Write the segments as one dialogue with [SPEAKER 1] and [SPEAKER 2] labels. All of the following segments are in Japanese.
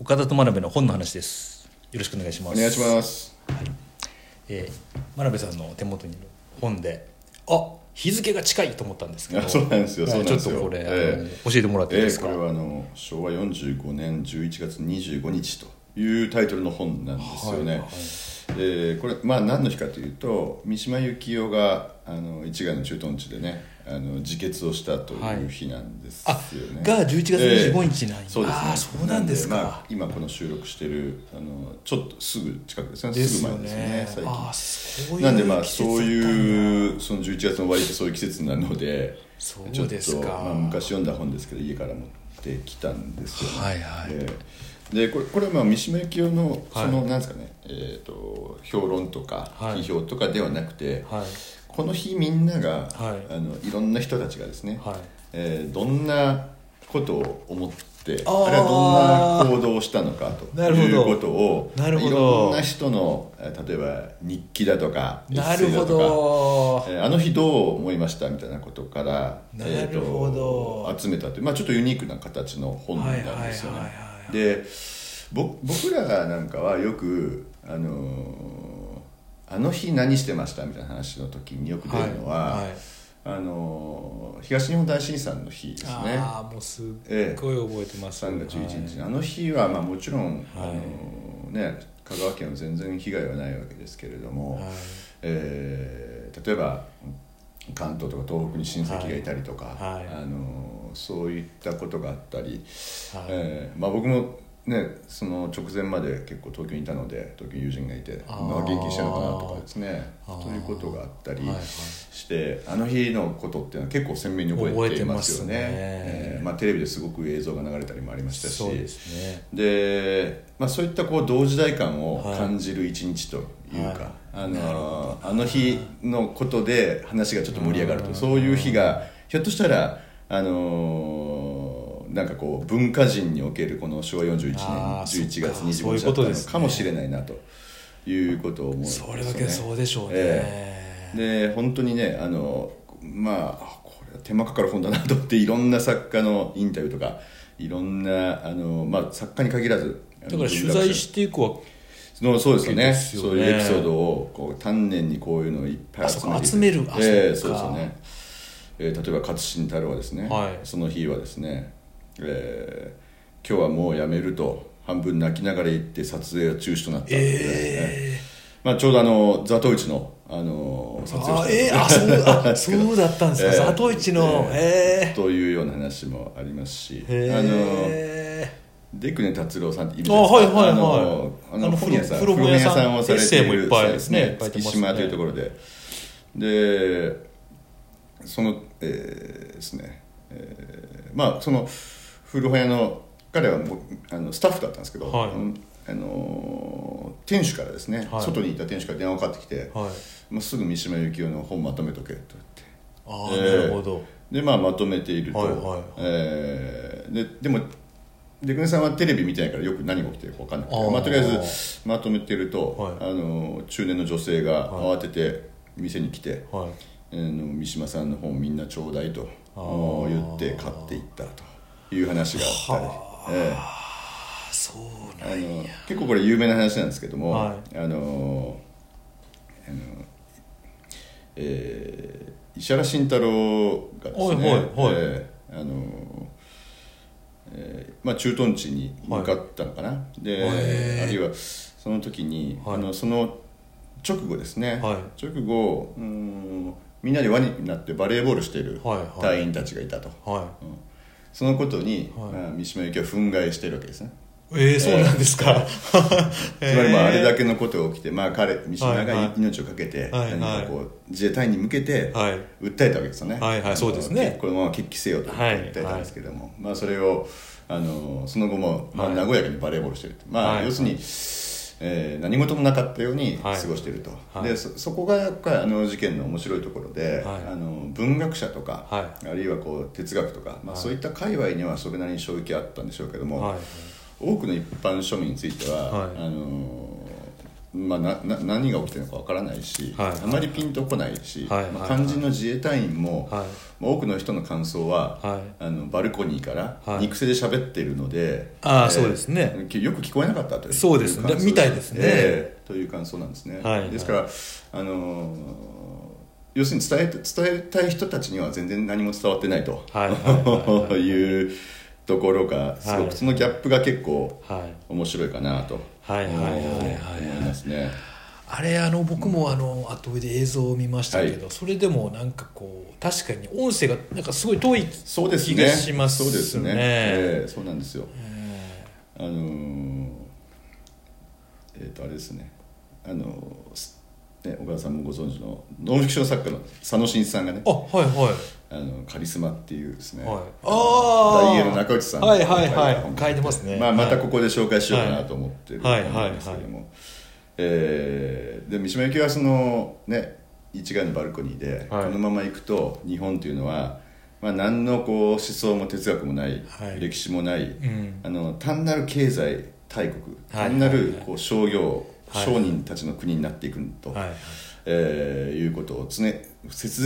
[SPEAKER 1] 岡田と真鍋の本の話ですよろしくお願いしま
[SPEAKER 2] お
[SPEAKER 1] す
[SPEAKER 2] 願いします
[SPEAKER 1] えー真鍋さんの手元にいる本であ日付が近いと思ったんですけど
[SPEAKER 2] あそうなんですよ
[SPEAKER 1] は
[SPEAKER 2] そう
[SPEAKER 1] い
[SPEAKER 2] なんですよ
[SPEAKER 1] ちょっとこれ、
[SPEAKER 2] え
[SPEAKER 1] あの教えてもらっていい
[SPEAKER 2] え
[SPEAKER 1] です
[SPEAKER 2] ー
[SPEAKER 1] か、
[SPEAKER 2] これはあの昭和45年11月25日というタイトルの本なんですよね、
[SPEAKER 1] はいはい
[SPEAKER 2] えーこれ、まあ、何の日かというと三島由紀夫があの一概の駐屯地でねあの自決をしたという日なんですよね、
[SPEAKER 1] あが11月25日なんや
[SPEAKER 2] ええそうですね
[SPEAKER 1] あーそうなんですか
[SPEAKER 2] でまあ、今この収録してるあのちょっとすぐ近くですね
[SPEAKER 1] です
[SPEAKER 2] すぐ
[SPEAKER 1] よ
[SPEAKER 2] 前ですね
[SPEAKER 1] ね
[SPEAKER 2] 最近
[SPEAKER 1] あーそういう
[SPEAKER 2] なんでまあ
[SPEAKER 1] 季
[SPEAKER 2] そ
[SPEAKER 1] 節だっ
[SPEAKER 2] う
[SPEAKER 1] たんだ
[SPEAKER 2] いうその11月の終わりってそういう季節なので
[SPEAKER 1] そうですか
[SPEAKER 2] ちょっと、まあ、昔読んだ本ですけど家から持ってきたんですよ、ね
[SPEAKER 1] はいはい
[SPEAKER 2] ええでこれこれはまあ三島由紀夫の
[SPEAKER 1] はい
[SPEAKER 2] その、なんですかね、えー、と評論とか
[SPEAKER 1] はい
[SPEAKER 2] 批評とかではなくて、
[SPEAKER 1] はい
[SPEAKER 2] この日みんなが、
[SPEAKER 1] はい
[SPEAKER 2] い、あのいろんな人たちがですね、
[SPEAKER 1] はい
[SPEAKER 2] えーどんなことを思って
[SPEAKER 1] あー
[SPEAKER 2] あれはどんな行動をしたのかと
[SPEAKER 1] なるほど
[SPEAKER 2] いうことを
[SPEAKER 1] なるほど
[SPEAKER 2] いろんな人のえー例えば日記だとかエ
[SPEAKER 1] な
[SPEAKER 2] ッ
[SPEAKER 1] る
[SPEAKER 2] セイ
[SPEAKER 1] ほ
[SPEAKER 2] だとか
[SPEAKER 1] ど
[SPEAKER 2] えーあの日どう思いましたみたいなことから、
[SPEAKER 1] なるほど
[SPEAKER 2] えーと集めたという、まあ、ちょっとユニークな形の本なんですよね
[SPEAKER 1] はいはいはいはい。
[SPEAKER 2] でぼ僕らなんかはよく、あのーあの日何してましたみたいな話の時によく出るのは、
[SPEAKER 1] はいはい
[SPEAKER 2] あのー東日本大震災の日ですね。
[SPEAKER 1] ああもうすっごい覚えてます、
[SPEAKER 2] 3月11日、
[SPEAKER 1] はい
[SPEAKER 2] あの日はまあもちろん、
[SPEAKER 1] はい
[SPEAKER 2] あのね、香川県は全然被害はないわけですけれども、
[SPEAKER 1] はい
[SPEAKER 2] えー例えば関東とか東北に親戚がいたりとか、
[SPEAKER 1] はいはい
[SPEAKER 2] あのそういったことがあったり、
[SPEAKER 1] はい
[SPEAKER 2] えーまあ、僕も、ね、その直前まで結構東京にいたので東京に友人がいて
[SPEAKER 1] あー
[SPEAKER 2] まあ元気にしてるのかなとかですね
[SPEAKER 1] あー
[SPEAKER 2] ということがあったり
[SPEAKER 1] はいはい
[SPEAKER 2] して、あの日のことっていうのは結構鮮明に覚えて
[SPEAKER 1] 覚えて
[SPEAKER 2] いますよね
[SPEAKER 1] ますね
[SPEAKER 2] えーまあ、テレビですごく映像が流れたりもありましたし
[SPEAKER 1] そうですね
[SPEAKER 2] でまあ、そういったこう同時代感を
[SPEAKER 1] はい
[SPEAKER 2] 感じる一日というか、
[SPEAKER 1] はい
[SPEAKER 2] あのあの日のことで話がちょっと盛り上がるとそういう日がひょっとしたら、あのーなんかこう文化人におけるこの昭和41年
[SPEAKER 1] あー
[SPEAKER 2] 11月
[SPEAKER 1] そっかそう
[SPEAKER 2] 25
[SPEAKER 1] いう
[SPEAKER 2] 日だ
[SPEAKER 1] こと
[SPEAKER 2] った
[SPEAKER 1] で
[SPEAKER 2] の
[SPEAKER 1] すね
[SPEAKER 2] かもしれないなということを思うんですよ
[SPEAKER 1] そ
[SPEAKER 2] ね
[SPEAKER 1] れだけそうでしょうね、
[SPEAKER 2] ええで本当にねあのまあこれは手間かかる本だなと思っていろんな作家のインタビューとかいろんなあの、まあ、作家に限らず
[SPEAKER 1] だから取材していくわ
[SPEAKER 2] のそうですよね
[SPEAKER 1] ですよね
[SPEAKER 2] そういうエピソードをこう丹念にこういうのをいっぱい集め
[SPEAKER 1] あそ
[SPEAKER 2] て
[SPEAKER 1] う集めるあ
[SPEAKER 2] ええ
[SPEAKER 1] そ
[SPEAKER 2] そうう
[SPEAKER 1] か
[SPEAKER 2] ですよね、えー例えば勝新太郎はですね、
[SPEAKER 1] はい
[SPEAKER 2] その日はですね、えー今日はもうやめる」と半分泣きながら言って撮影は中止となった、えまあ、ちょうどあのザトウイチのあの撮影を
[SPEAKER 1] あ
[SPEAKER 2] した
[SPEAKER 1] えー、あ そうあそうだったんですか、
[SPEAKER 2] ええ
[SPEAKER 1] 佐藤一のえ
[SPEAKER 2] というような話もありますし、
[SPEAKER 1] えへ
[SPEAKER 2] あの
[SPEAKER 1] え
[SPEAKER 2] デクネ達郎さんっているじ
[SPEAKER 1] あ
[SPEAKER 2] ゃないですか
[SPEAKER 1] はいはいはい
[SPEAKER 2] あのあ
[SPEAKER 1] あ
[SPEAKER 2] の
[SPEAKER 1] の
[SPEAKER 2] 本屋さん
[SPEAKER 1] 古本屋さん
[SPEAKER 2] 古をされて
[SPEAKER 1] エ
[SPEAKER 2] いる
[SPEAKER 1] ッセイもいっぱいですね
[SPEAKER 2] そうで
[SPEAKER 1] いっぱい出てます
[SPEAKER 2] 月
[SPEAKER 1] ね
[SPEAKER 2] 島というところででそのえーですね、えーまあその古本屋の彼はもうあのスタッフだったんですけど、
[SPEAKER 1] はい
[SPEAKER 2] あの店主からですね、
[SPEAKER 1] はい
[SPEAKER 2] 外にいた店主から電話がかかってきて、
[SPEAKER 1] はい
[SPEAKER 2] もうすぐ三島由紀夫の本まとめとけと言って
[SPEAKER 1] ああ、
[SPEAKER 2] ええ
[SPEAKER 1] なるほど
[SPEAKER 2] でまあまとめていると、
[SPEAKER 1] はいはいはい
[SPEAKER 2] えーででもデクネさんはテレビ見てないからよく何が起きてるか分かんなくて
[SPEAKER 1] あー
[SPEAKER 2] まあ、とりあえずまとめてると、
[SPEAKER 1] はい
[SPEAKER 2] あの中年の女性が
[SPEAKER 1] は
[SPEAKER 2] 慌てて店に来て、
[SPEAKER 1] はい
[SPEAKER 2] あの三島さんの本みんなちょうだいと
[SPEAKER 1] あー
[SPEAKER 2] もう言って買っていったという話があったり、ええ
[SPEAKER 1] あそうなん
[SPEAKER 2] あの結構これ有名な話なんですけども、
[SPEAKER 1] は
[SPEAKER 2] あのあのえー石原慎太郎がですね、
[SPEAKER 1] はいはいはい
[SPEAKER 2] えーあのえーまあ、駐屯地に向かったのかな、で
[SPEAKER 1] へー
[SPEAKER 2] あるいはその時に、
[SPEAKER 1] はい
[SPEAKER 2] あのその直後ですね、
[SPEAKER 1] は
[SPEAKER 2] 直後うーんみんなで輪になってバレーボールしている
[SPEAKER 1] はいはい
[SPEAKER 2] 隊員たちがいたと、
[SPEAKER 1] は
[SPEAKER 2] うんそのことに、
[SPEAKER 1] はい
[SPEAKER 2] まあ三島由紀夫は憤慨しているわけですね。
[SPEAKER 1] いええそうなんです か、
[SPEAKER 2] つまりまああれだ
[SPEAKER 1] け
[SPEAKER 2] けのことが起きて、まあ、彼三島
[SPEAKER 1] はいはい
[SPEAKER 2] が命を懸けて
[SPEAKER 1] はいはい
[SPEAKER 2] 何かこう自衛隊に向けて
[SPEAKER 1] はい
[SPEAKER 2] 訴えたわけですよね、
[SPEAKER 1] はいはいそうですね
[SPEAKER 2] あのこのまま決起せよと
[SPEAKER 1] はい
[SPEAKER 2] 訴えたんですけども、まあ、それをあのその後も、まあ、和やかにバレーボールしてると、まあ
[SPEAKER 1] はい
[SPEAKER 2] 要するに、えー何事もなかったように過
[SPEAKER 1] はい
[SPEAKER 2] ごしてると、
[SPEAKER 1] はい
[SPEAKER 2] でそそこがやっぱりあの事件の面白いところで、
[SPEAKER 1] はい
[SPEAKER 2] あの文学者とか、
[SPEAKER 1] は
[SPEAKER 2] あるいはこう哲学とか、まあ、そういった界隈にはそれなりに衝撃あったんでしょうけども、
[SPEAKER 1] はい
[SPEAKER 2] 多くの一般庶民については、
[SPEAKER 1] はい
[SPEAKER 2] あのーまあ、なな何が起きてるのかわからないし、
[SPEAKER 1] はいはい
[SPEAKER 2] あまりピンとこないし、
[SPEAKER 1] はいはいはい
[SPEAKER 2] まあ、肝心の自衛隊員も、
[SPEAKER 1] はい
[SPEAKER 2] まあ多くの人の感想は、
[SPEAKER 1] はい
[SPEAKER 2] あのバルコニーから
[SPEAKER 1] はい
[SPEAKER 2] 肉声で喋ってるので、
[SPEAKER 1] あーそうですね
[SPEAKER 2] きよく聞こえなかったという
[SPEAKER 1] そうですね
[SPEAKER 2] 感想
[SPEAKER 1] みたいですね
[SPEAKER 2] ええという感想なんですね、
[SPEAKER 1] はいはい
[SPEAKER 2] ですから、あのー要するに伝えて伝えたい人たちには全然何も伝わってないと、
[SPEAKER 1] はいはいはいはい
[SPEAKER 2] いうところがす
[SPEAKER 1] は
[SPEAKER 2] ご
[SPEAKER 1] い
[SPEAKER 2] くそのギャップが結構
[SPEAKER 1] はい
[SPEAKER 2] 面白いかなと
[SPEAKER 1] はいはいはいはいはい
[SPEAKER 2] 思いますね。
[SPEAKER 1] あれあの僕もあの後追いで映像を見ましたけど、
[SPEAKER 2] は
[SPEAKER 1] それでもなんかこう確かに音声がなんかすごい遠い
[SPEAKER 2] そうですね。
[SPEAKER 1] 気がしますね
[SPEAKER 2] そうですね。ええそうなんですよ。あのーえっ、とあれですね。あのーすね小川さんもご存知のノンフィクション作家の佐野真一さんがね
[SPEAKER 1] あ、はいは
[SPEAKER 2] あのカリスマっていうですね。
[SPEAKER 1] いはいあ
[SPEAKER 2] ダイエーの中内さん
[SPEAKER 1] はいはいは
[SPEAKER 2] 書い
[SPEAKER 1] い
[SPEAKER 2] た
[SPEAKER 1] 書いてますね
[SPEAKER 2] まあ、また
[SPEAKER 1] はい
[SPEAKER 2] ここで紹介しようかなと思ってる
[SPEAKER 1] はいはいはい
[SPEAKER 2] んですけども、えーで三島由紀夫はそのね一概のバルコニーで、
[SPEAKER 1] はい
[SPEAKER 2] このまま行くと日本というのは、まあ、何のこう思想も哲学もない、
[SPEAKER 1] はい
[SPEAKER 2] 歴史もない、
[SPEAKER 1] ん
[SPEAKER 2] あの単なる経済大国、
[SPEAKER 1] はい
[SPEAKER 2] 単な
[SPEAKER 1] はい
[SPEAKER 2] る
[SPEAKER 1] はい
[SPEAKER 2] こう商業、
[SPEAKER 1] はい
[SPEAKER 2] 商人たちの国になっていくと、
[SPEAKER 1] はいはい
[SPEAKER 2] えーいうことを常切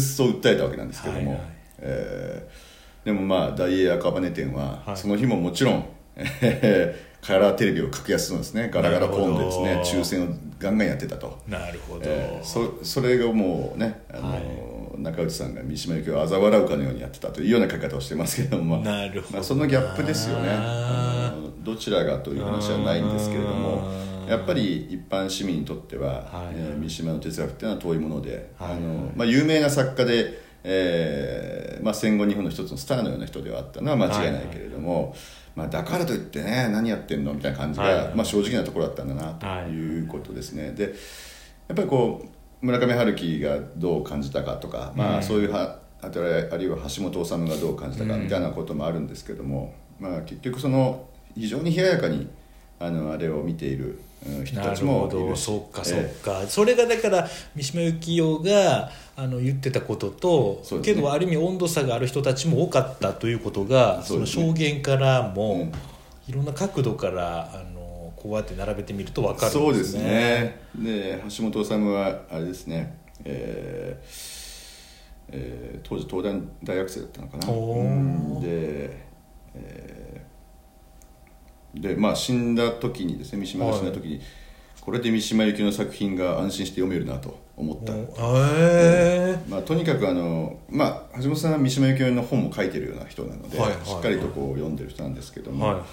[SPEAKER 2] 実と訴えたわけなんですけども、
[SPEAKER 1] はいはい
[SPEAKER 2] えーでもまあ大英赤羽店は、
[SPEAKER 1] はい
[SPEAKER 2] その日ももちろん、 えーカラーテレビを格安のですねガラガラポンでです
[SPEAKER 1] な
[SPEAKER 2] ね
[SPEAKER 1] るほど
[SPEAKER 2] 抽選をガンガンやってたと、
[SPEAKER 1] なるほど、
[SPEAKER 2] えーそそれがもうねあの、
[SPEAKER 1] はい
[SPEAKER 2] 中内さんが三島由紀夫を嘲笑うかのようにやってたというような書き方をしてますけども、
[SPEAKER 1] なるほどな
[SPEAKER 2] まあ、そのギャップですよねあのどちらがという話はないんですけれども
[SPEAKER 1] うん
[SPEAKER 2] やっぱり一般市民にとっては、
[SPEAKER 1] はい
[SPEAKER 2] えー三島の哲学っていうのは遠いもので、
[SPEAKER 1] はい
[SPEAKER 2] あのまあ、有名な作家で、えーまあ、戦後日本の一つのスターのような人ではあったのは間違いないけれども、まあ、だからといってね何やってんのみたいな感じが、
[SPEAKER 1] はい
[SPEAKER 2] まあ、正直なところだったんだなということですね。でやっぱりこう村上春樹がどう感じたかとか、まあ、そういうはあとあるいは橋本治がどう感じたかみたいなこともあるんですけども、まあ、結局その非常に冷ややかにあのあれを見ているうん人
[SPEAKER 1] な
[SPEAKER 2] た
[SPEAKER 1] る
[SPEAKER 2] ちも
[SPEAKER 1] ほ
[SPEAKER 2] い
[SPEAKER 1] ど
[SPEAKER 2] るし
[SPEAKER 1] そっかそ
[SPEAKER 2] ええ
[SPEAKER 1] っか、それがだから三島由紀夫があの言ってたことと、
[SPEAKER 2] そうです
[SPEAKER 1] け
[SPEAKER 2] ね
[SPEAKER 1] どある意味温度差がある人たちも多かったということがそ,、
[SPEAKER 2] そう
[SPEAKER 1] の
[SPEAKER 2] ですね
[SPEAKER 1] 証言からも、
[SPEAKER 2] うん
[SPEAKER 1] いろんな角度からあのこうやって並べてみると分かる
[SPEAKER 2] そ
[SPEAKER 1] ん
[SPEAKER 2] う
[SPEAKER 1] で
[SPEAKER 2] ですす
[SPEAKER 1] ね。
[SPEAKER 2] ねで橋本治はあれですね、えーえー当時東大大学生だったのかな
[SPEAKER 1] おー
[SPEAKER 2] うんで、えーでまあ死んだ時にですね三島が死んだ時に、これで三島由紀夫の作品が安心して読めるなと思った
[SPEAKER 1] おえ
[SPEAKER 2] まあ、とにかくあの、まあ、橋本さんは三島由紀夫の本も書いてるような人なので、
[SPEAKER 1] はいはいはい
[SPEAKER 2] しっかりとこう読んでる人なんですけど
[SPEAKER 1] ー
[SPEAKER 2] も、
[SPEAKER 1] はいはい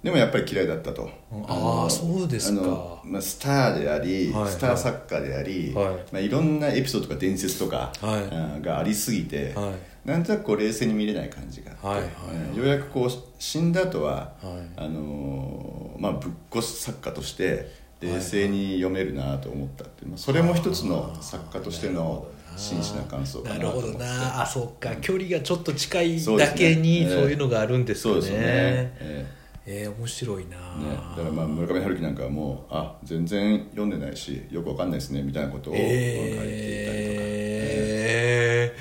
[SPEAKER 2] でもやっぱり嫌いだったと
[SPEAKER 1] うん
[SPEAKER 2] の
[SPEAKER 1] あーそうですか
[SPEAKER 2] あのまあ、スターであり、
[SPEAKER 1] はいはい
[SPEAKER 2] スター作家であり、
[SPEAKER 1] はい
[SPEAKER 2] いまあ、いろんなエピソードとか伝説と
[SPEAKER 1] はい
[SPEAKER 2] か、あーがありすぎて、
[SPEAKER 1] は
[SPEAKER 2] なんとなくこう冷静に見れない感じがあって、
[SPEAKER 1] はいはい
[SPEAKER 2] えーようやくこう死んだ後は、
[SPEAKER 1] はい
[SPEAKER 2] あのーまあ、ぶっこす作家として冷静に読めるなと思ったっていう、まあ、それも一つの作家としての真摯な感想か
[SPEAKER 1] な
[SPEAKER 2] な
[SPEAKER 1] る
[SPEAKER 2] と思
[SPEAKER 1] ほ
[SPEAKER 2] っ
[SPEAKER 1] ど
[SPEAKER 2] て
[SPEAKER 1] なあそっか距離がちょっと近い
[SPEAKER 2] そうで
[SPEAKER 1] だ
[SPEAKER 2] すね
[SPEAKER 1] けに
[SPEAKER 2] ええ
[SPEAKER 1] そういうのがあるんです
[SPEAKER 2] そう
[SPEAKER 1] ね
[SPEAKER 2] ですよね、え
[SPEAKER 1] え
[SPEAKER 2] ー
[SPEAKER 1] ー面白いな、
[SPEAKER 2] ね、だからまあ村上春樹なんかはもうあ全然読んでないしよくわかんないですねみたいなことを書いていたりとか、
[SPEAKER 1] えー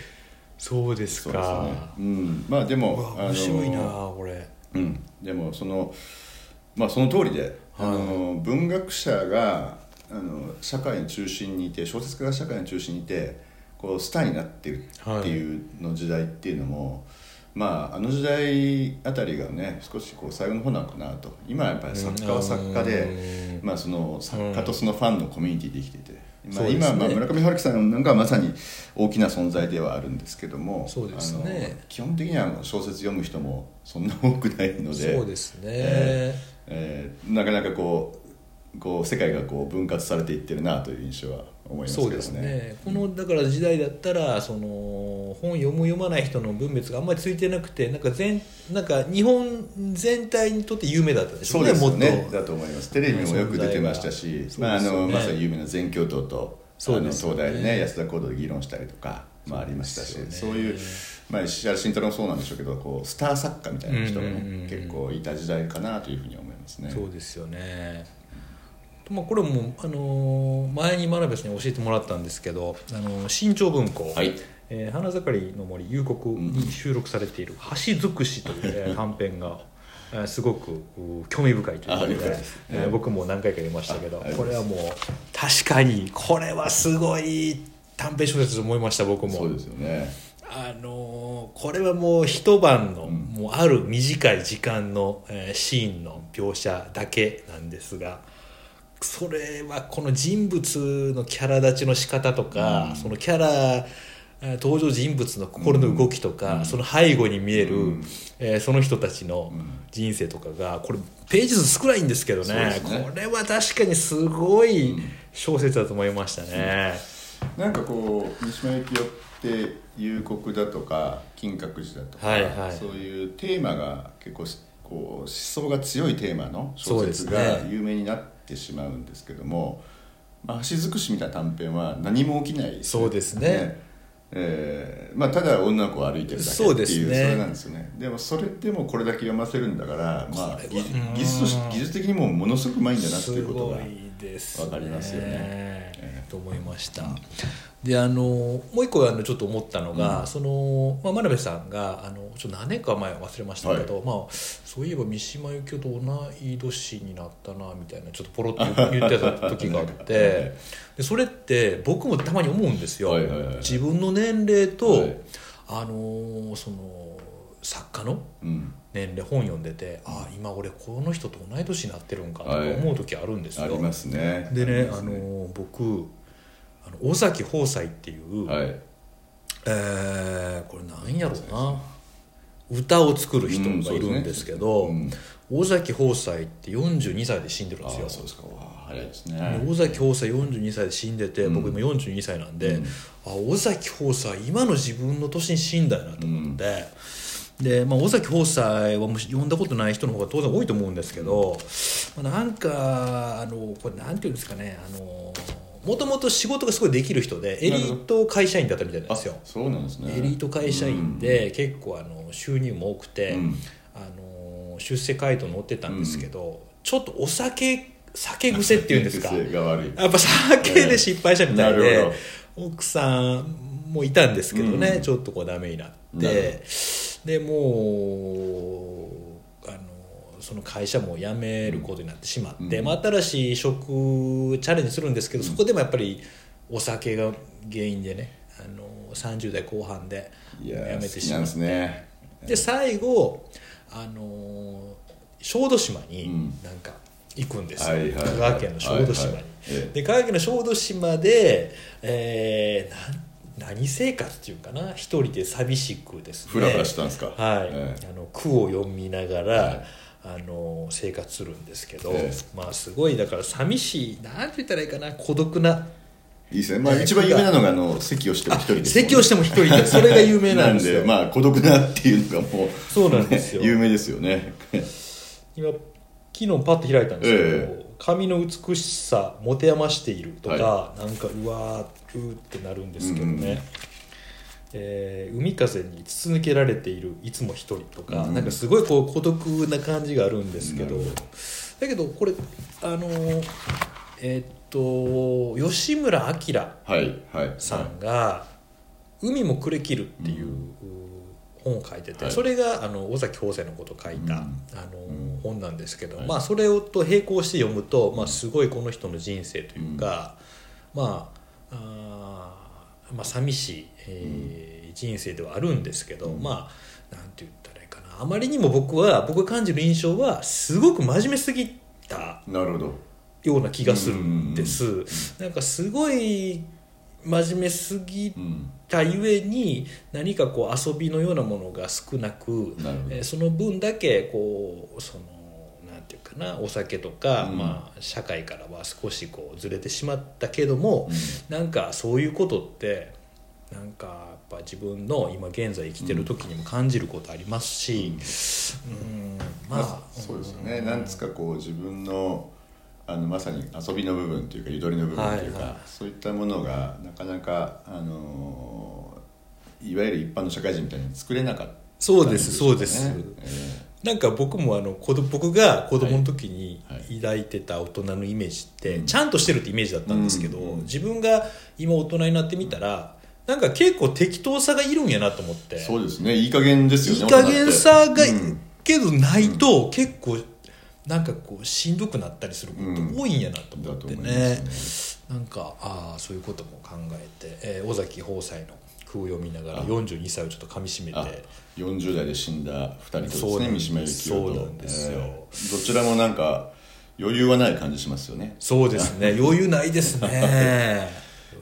[SPEAKER 1] そうです
[SPEAKER 2] そうです
[SPEAKER 1] か
[SPEAKER 2] ね、うん、まあで
[SPEAKER 1] う
[SPEAKER 2] も
[SPEAKER 1] わ面白いなこれ
[SPEAKER 2] うん、でもそのまあその通りで、あの文学者があの社会の中心にいて小説家が社会の中心にいてこうスターになってるっていうの時代っていうのも、まああの時代あたりがね少しこう最後の方なのかなと今はやっぱり作家は作家で、まあ、その作家とそのファンのコミュニティで生きてて、ま
[SPEAKER 1] そうで
[SPEAKER 2] あ、
[SPEAKER 1] すね
[SPEAKER 2] 今、まあ、村上春樹さんなんかはまさに大きな存在ではあるんですけども
[SPEAKER 1] そうですね
[SPEAKER 2] あの基本的には小説読む人もそんな多くないので
[SPEAKER 1] そうですね、
[SPEAKER 2] えーえーなかなかこうこう世界がこう分割されていってるなという印象は思います
[SPEAKER 1] そ
[SPEAKER 2] けど
[SPEAKER 1] う
[SPEAKER 2] ね
[SPEAKER 1] ですねこのだから時代だったらその本読む読まない人の分別があんまりついてなくてなんか全なんか日本全体にとって有名だったでしょ
[SPEAKER 2] そうですよ
[SPEAKER 1] も
[SPEAKER 2] ね
[SPEAKER 1] っと
[SPEAKER 2] だと思いますテレビもよく出てましたし、
[SPEAKER 1] 存在
[SPEAKER 2] まあ、
[SPEAKER 1] が
[SPEAKER 2] あ
[SPEAKER 1] そうですよ
[SPEAKER 2] の
[SPEAKER 1] ね
[SPEAKER 2] まさに有名な全教頭とあ
[SPEAKER 1] そう
[SPEAKER 2] の
[SPEAKER 1] ですよ
[SPEAKER 2] 東
[SPEAKER 1] ね
[SPEAKER 2] 大でね安田講堂で議論したりとか、まあ、ありましたし
[SPEAKER 1] そうです
[SPEAKER 2] そう,、
[SPEAKER 1] よね
[SPEAKER 2] いう、まあ、石原慎太郎もそうなんでしょうけどこうスター作家みたいな人がね、
[SPEAKER 1] うんうんうんうん
[SPEAKER 2] 結構いた時代かなというふうに思いますね。
[SPEAKER 1] そうですよね。まあ、これも、あのー前に真鍋さんに教えてもらったんですけど「あのー新潮文庫」
[SPEAKER 2] はい
[SPEAKER 1] えー 花盛りの森」「夕刻」に収録されている「橋尽くし」という、えー短編がえーすごくう興味深いということ
[SPEAKER 2] あ
[SPEAKER 1] で
[SPEAKER 2] よかったです
[SPEAKER 1] えー僕も何回か読みましたけど
[SPEAKER 2] あありがと
[SPEAKER 1] こ
[SPEAKER 2] うご
[SPEAKER 1] れ
[SPEAKER 2] ざい
[SPEAKER 1] はも
[SPEAKER 2] ま
[SPEAKER 1] う確かにこれはすごい短編小説と思いました僕も
[SPEAKER 2] そうですよね
[SPEAKER 1] あのーこれはもう一晩の、
[SPEAKER 2] うん
[SPEAKER 1] もうある短い時間の、えーシーンの描写だけなんですがそれはこの人物のキャラ立ちの仕方とか、
[SPEAKER 2] うん
[SPEAKER 1] そのキャラえー登場人物の心の動きとか、その背後に見える、
[SPEAKER 2] うん
[SPEAKER 1] えーその人たちの人生とかがこれページ数少ないんですけど
[SPEAKER 2] そうで
[SPEAKER 1] ね
[SPEAKER 2] すね
[SPEAKER 1] これは確かにすごい小説だと思いましたね。
[SPEAKER 2] なんかこう三島由紀夫って幽国だとか金閣寺だとか、
[SPEAKER 1] はいはい
[SPEAKER 2] そういうテーマが結構しこう思想が強いテーマの小説
[SPEAKER 1] そうで
[SPEAKER 2] が
[SPEAKER 1] すね
[SPEAKER 2] 有名になってしまうんですけども、まあ、橋尽くしみたいな短編は何も起きない、
[SPEAKER 1] そうですね
[SPEAKER 2] えーまあ、ただ女の子を歩いてるだけっていう
[SPEAKER 1] そうですね
[SPEAKER 2] それなんですよねでもそれでもこれだけ読ませるんだから、まあ、
[SPEAKER 1] これは
[SPEAKER 2] 技技術とし
[SPEAKER 1] うん
[SPEAKER 2] 技術的にもものすごくうまいんだなって
[SPEAKER 1] す
[SPEAKER 2] いうこと
[SPEAKER 1] ご
[SPEAKER 2] が
[SPEAKER 1] いですね
[SPEAKER 2] わかりますよね
[SPEAKER 1] ええと思いました。であのもう一個あのちょっと思ったのが、その、まあ、真鍋さんがあのちょっと何年か前忘れましたけど、まあ、そういえば三島由紀夫と同い年になったなみたいなちょっとポロッと言ってた時があっ
[SPEAKER 2] なんか
[SPEAKER 1] てでそれって僕もたまに思うんですよ。
[SPEAKER 2] はいはいはい
[SPEAKER 1] 自分の年齢と、
[SPEAKER 2] はい
[SPEAKER 1] あのその作家の
[SPEAKER 2] うん
[SPEAKER 1] 年齢本読んでてああ今俺この人と同い年になってるんかとか
[SPEAKER 2] はい
[SPEAKER 1] 思う時あるんですよ、
[SPEAKER 2] ありますね
[SPEAKER 1] でね
[SPEAKER 2] りま
[SPEAKER 1] あ
[SPEAKER 2] す
[SPEAKER 1] のー僕あの尾崎豊斎っていう、
[SPEAKER 2] はい
[SPEAKER 1] えーこれなんやろうな歌を作る人
[SPEAKER 2] うん
[SPEAKER 1] が
[SPEAKER 2] そう
[SPEAKER 1] い
[SPEAKER 2] ですね
[SPEAKER 1] るんですけど、
[SPEAKER 2] うん
[SPEAKER 1] 尾崎豊斎って42歳で死んでるんですよ
[SPEAKER 2] あそうですかわあ早いですね
[SPEAKER 1] で尾崎豊斎42歳で死んでて、僕今42歳なんで、あ尾崎豊斎今の自分の年に死んだよなと思って、で、まあ、尾崎豊斎はもし読んだことない人の方が当然多いと思うんですけど、まあ、なんかあのこれなんていうんですかねあのもともと仕事がすごいできる人でエリート会社員だったみたいなんで
[SPEAKER 2] あ
[SPEAKER 1] すよ。
[SPEAKER 2] そうなんですね
[SPEAKER 1] エリート会社員で結構あの収入も多くて、
[SPEAKER 2] うん
[SPEAKER 1] あの出世街道乗ってたんですけど、ちょっとお酒酒癖っていうんですか
[SPEAKER 2] 癖が悪い
[SPEAKER 1] やっぱ酒で失敗したみたい
[SPEAKER 2] ええな
[SPEAKER 1] で、
[SPEAKER 2] る
[SPEAKER 1] 奥さんもいたんですけどね、
[SPEAKER 2] うん
[SPEAKER 1] ちょっとこうダメになっ
[SPEAKER 2] な
[SPEAKER 1] て
[SPEAKER 2] る
[SPEAKER 1] でもうあのその会社も辞めることになってしまって、
[SPEAKER 2] うん
[SPEAKER 1] まあ、新しい職チャレンジするんですけどそこでもやっぱりお酒が原因でねあの30代後半で
[SPEAKER 2] い
[SPEAKER 1] 辞
[SPEAKER 2] や
[SPEAKER 1] め
[SPEAKER 2] め
[SPEAKER 1] て
[SPEAKER 2] て
[SPEAKER 1] し
[SPEAKER 2] し
[SPEAKER 1] ま
[SPEAKER 2] ま
[SPEAKER 1] っ
[SPEAKER 2] う
[SPEAKER 1] て
[SPEAKER 2] んですね
[SPEAKER 1] で最後あの小豆島に
[SPEAKER 2] うん
[SPEAKER 1] なんか行くんですよ、
[SPEAKER 2] はいはいはい
[SPEAKER 1] 香川県の小豆島に、
[SPEAKER 2] はいはいええ
[SPEAKER 1] で香川県の小豆島で、えーなん何生活っていうかな一人で寂しくですね
[SPEAKER 2] フラフラしてたんですか
[SPEAKER 1] はい、
[SPEAKER 2] ええ
[SPEAKER 1] あの句を読みながら、
[SPEAKER 2] はい
[SPEAKER 1] あの生活するんですけど、
[SPEAKER 2] ええ
[SPEAKER 1] まあすごいだから寂しいなんて言ったらいいかな孤独ない
[SPEAKER 2] いですねまあ
[SPEAKER 1] ええ
[SPEAKER 2] 一番有名なのがあの席をしても一人ですもんね
[SPEAKER 1] 席をしても一人でそれが有名なんですよ
[SPEAKER 2] なんでまあ孤独なっていうのがもう
[SPEAKER 1] そうなんですよ
[SPEAKER 2] ね 有名ですよね
[SPEAKER 1] 今昨日パッと開いたんですけど、
[SPEAKER 2] え
[SPEAKER 1] 髪の美しさ持て余しているとか、
[SPEAKER 2] は
[SPEAKER 1] なんかうわーうーってなるんですけどね、
[SPEAKER 2] うんうん
[SPEAKER 1] えー海風に筒抜けられているいつも一人とか、
[SPEAKER 2] うん
[SPEAKER 1] なんかすごいこう孤独な感じがあるんですけど、
[SPEAKER 2] なるほ
[SPEAKER 1] だけどこれあのーえーっと吉村明
[SPEAKER 2] はいはい
[SPEAKER 1] さんが「海も暮れ切る」っていうう本を書いてて、
[SPEAKER 2] はい
[SPEAKER 1] それがあの尾崎邦生のことを書いた、
[SPEAKER 2] う
[SPEAKER 1] あ
[SPEAKER 2] ん
[SPEAKER 1] の
[SPEAKER 2] うん
[SPEAKER 1] 本なんですけど、
[SPEAKER 2] はい
[SPEAKER 1] まあ、それをと並行して読むと、まあ、すごいこの人の人生というか、まああーまあ寂しい、えー人生ではあるんですけど、
[SPEAKER 2] うん
[SPEAKER 1] まあなんて言ったらいいかなあまりにも僕は僕が感じる印象はすごく真面目すぎた
[SPEAKER 2] なるほど
[SPEAKER 1] ような気がするんです。なんかすごい真面目すぎ
[SPEAKER 2] うん
[SPEAKER 1] たゆえに何かこう遊びのようなものが少なく
[SPEAKER 2] なるほど
[SPEAKER 1] えーその分だけこうそのなんていうかなお酒とか、
[SPEAKER 2] うん
[SPEAKER 1] まあ、社会からは少しこうずれてしまったけども、
[SPEAKER 2] う
[SPEAKER 1] なんかそういうことってなんかやっぱ自分の今現在生きてる時にも感じることありますし、うんまあ
[SPEAKER 2] そうですよねなんつうかこう自分のあのまさに遊びの部分というかゆとりの部分というか、
[SPEAKER 1] はいはい
[SPEAKER 2] そういったものがなかなか、あのーいわゆる一般の社会人みたいに作れなかったん
[SPEAKER 1] そうです
[SPEAKER 2] しょ
[SPEAKER 1] そうです
[SPEAKER 2] え
[SPEAKER 1] なんか僕もあの子ど僕が子供の時に
[SPEAKER 2] はいは
[SPEAKER 1] 抱いてた大人のイメージって、
[SPEAKER 2] うん
[SPEAKER 1] ちゃんとしてるってイメージだったんですけど、
[SPEAKER 2] うん
[SPEAKER 1] 自分が今大人になってみたらなんか結構適当さがいるんやなと思って
[SPEAKER 2] えそうですねいい加減ですよ
[SPEAKER 1] い
[SPEAKER 2] ね
[SPEAKER 1] い加減さが
[SPEAKER 2] 大人ってうん
[SPEAKER 1] けどないと結構なんかこうしんどくなったりすること多いんやなと思ってね,、
[SPEAKER 2] うんだと思いま
[SPEAKER 1] なんかああそういうことも考えて、えー尾崎豊斎の句を読みながら42歳をちょっとかみしめ
[SPEAKER 2] あ
[SPEAKER 1] て
[SPEAKER 2] 40代で死んだ2人とです
[SPEAKER 1] そうな
[SPEAKER 2] ね
[SPEAKER 1] んで
[SPEAKER 2] 三
[SPEAKER 1] す
[SPEAKER 2] 島由紀夫と
[SPEAKER 1] そうなんですよ
[SPEAKER 2] えーどちらもなんか余裕はない感じしますよね
[SPEAKER 1] そうです ね余裕ないですね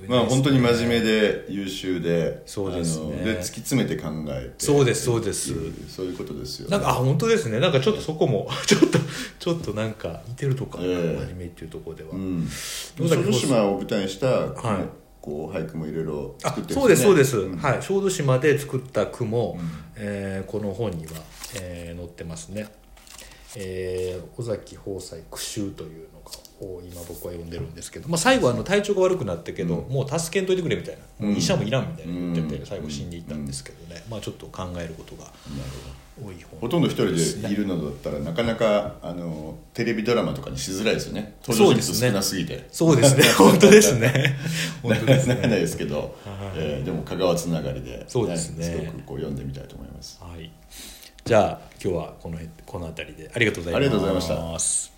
[SPEAKER 2] まあ本当に真面目で優秀で
[SPEAKER 1] そうですね
[SPEAKER 2] あので突き詰めて考えて
[SPEAKER 1] そうですそうです
[SPEAKER 2] そういうことですよ
[SPEAKER 1] な
[SPEAKER 2] ね
[SPEAKER 1] んかあ本当ですねなんかちょっとそこも ちょっとちょっとなんか似てるとか、
[SPEAKER 2] ええ
[SPEAKER 1] アニメっていうところでは、
[SPEAKER 2] うん
[SPEAKER 1] 野崎
[SPEAKER 2] 小豆島を舞台にした、
[SPEAKER 1] い
[SPEAKER 2] こう俳句もいろいろ
[SPEAKER 1] あ
[SPEAKER 2] 作ってる
[SPEAKER 1] そうですそうです、
[SPEAKER 2] うん
[SPEAKER 1] はい小豆島で作った句も、えーこの本には、えー載ってますね、えー尾崎豊斎句集というのを今僕は読んでるんですけど、まあ、最後あの体調が悪くなったけど、もう助けんといてくれみたいな、もう医者もいらんみたいな言ってて、
[SPEAKER 2] うん
[SPEAKER 1] 最後死んでいったんですけどね、まあ、ちょっと考えることが多い
[SPEAKER 2] ほ
[SPEAKER 1] 本
[SPEAKER 2] とんど一人でいるのだったらなかなかあのテレビドラマとかにしづらいですよね登場人
[SPEAKER 1] そう
[SPEAKER 2] 物
[SPEAKER 1] ですね
[SPEAKER 2] 少なすぎて
[SPEAKER 1] そう ですね本当ですね 本当です
[SPEAKER 2] な
[SPEAKER 1] ね
[SPEAKER 2] かなかないですけど、えーでも香川つながりで、
[SPEAKER 1] そうですね
[SPEAKER 2] すごくこう読んでみたいと思います
[SPEAKER 1] はい、じゃあ今日はこの辺この辺りでありがとうございます。
[SPEAKER 2] ありがとうございました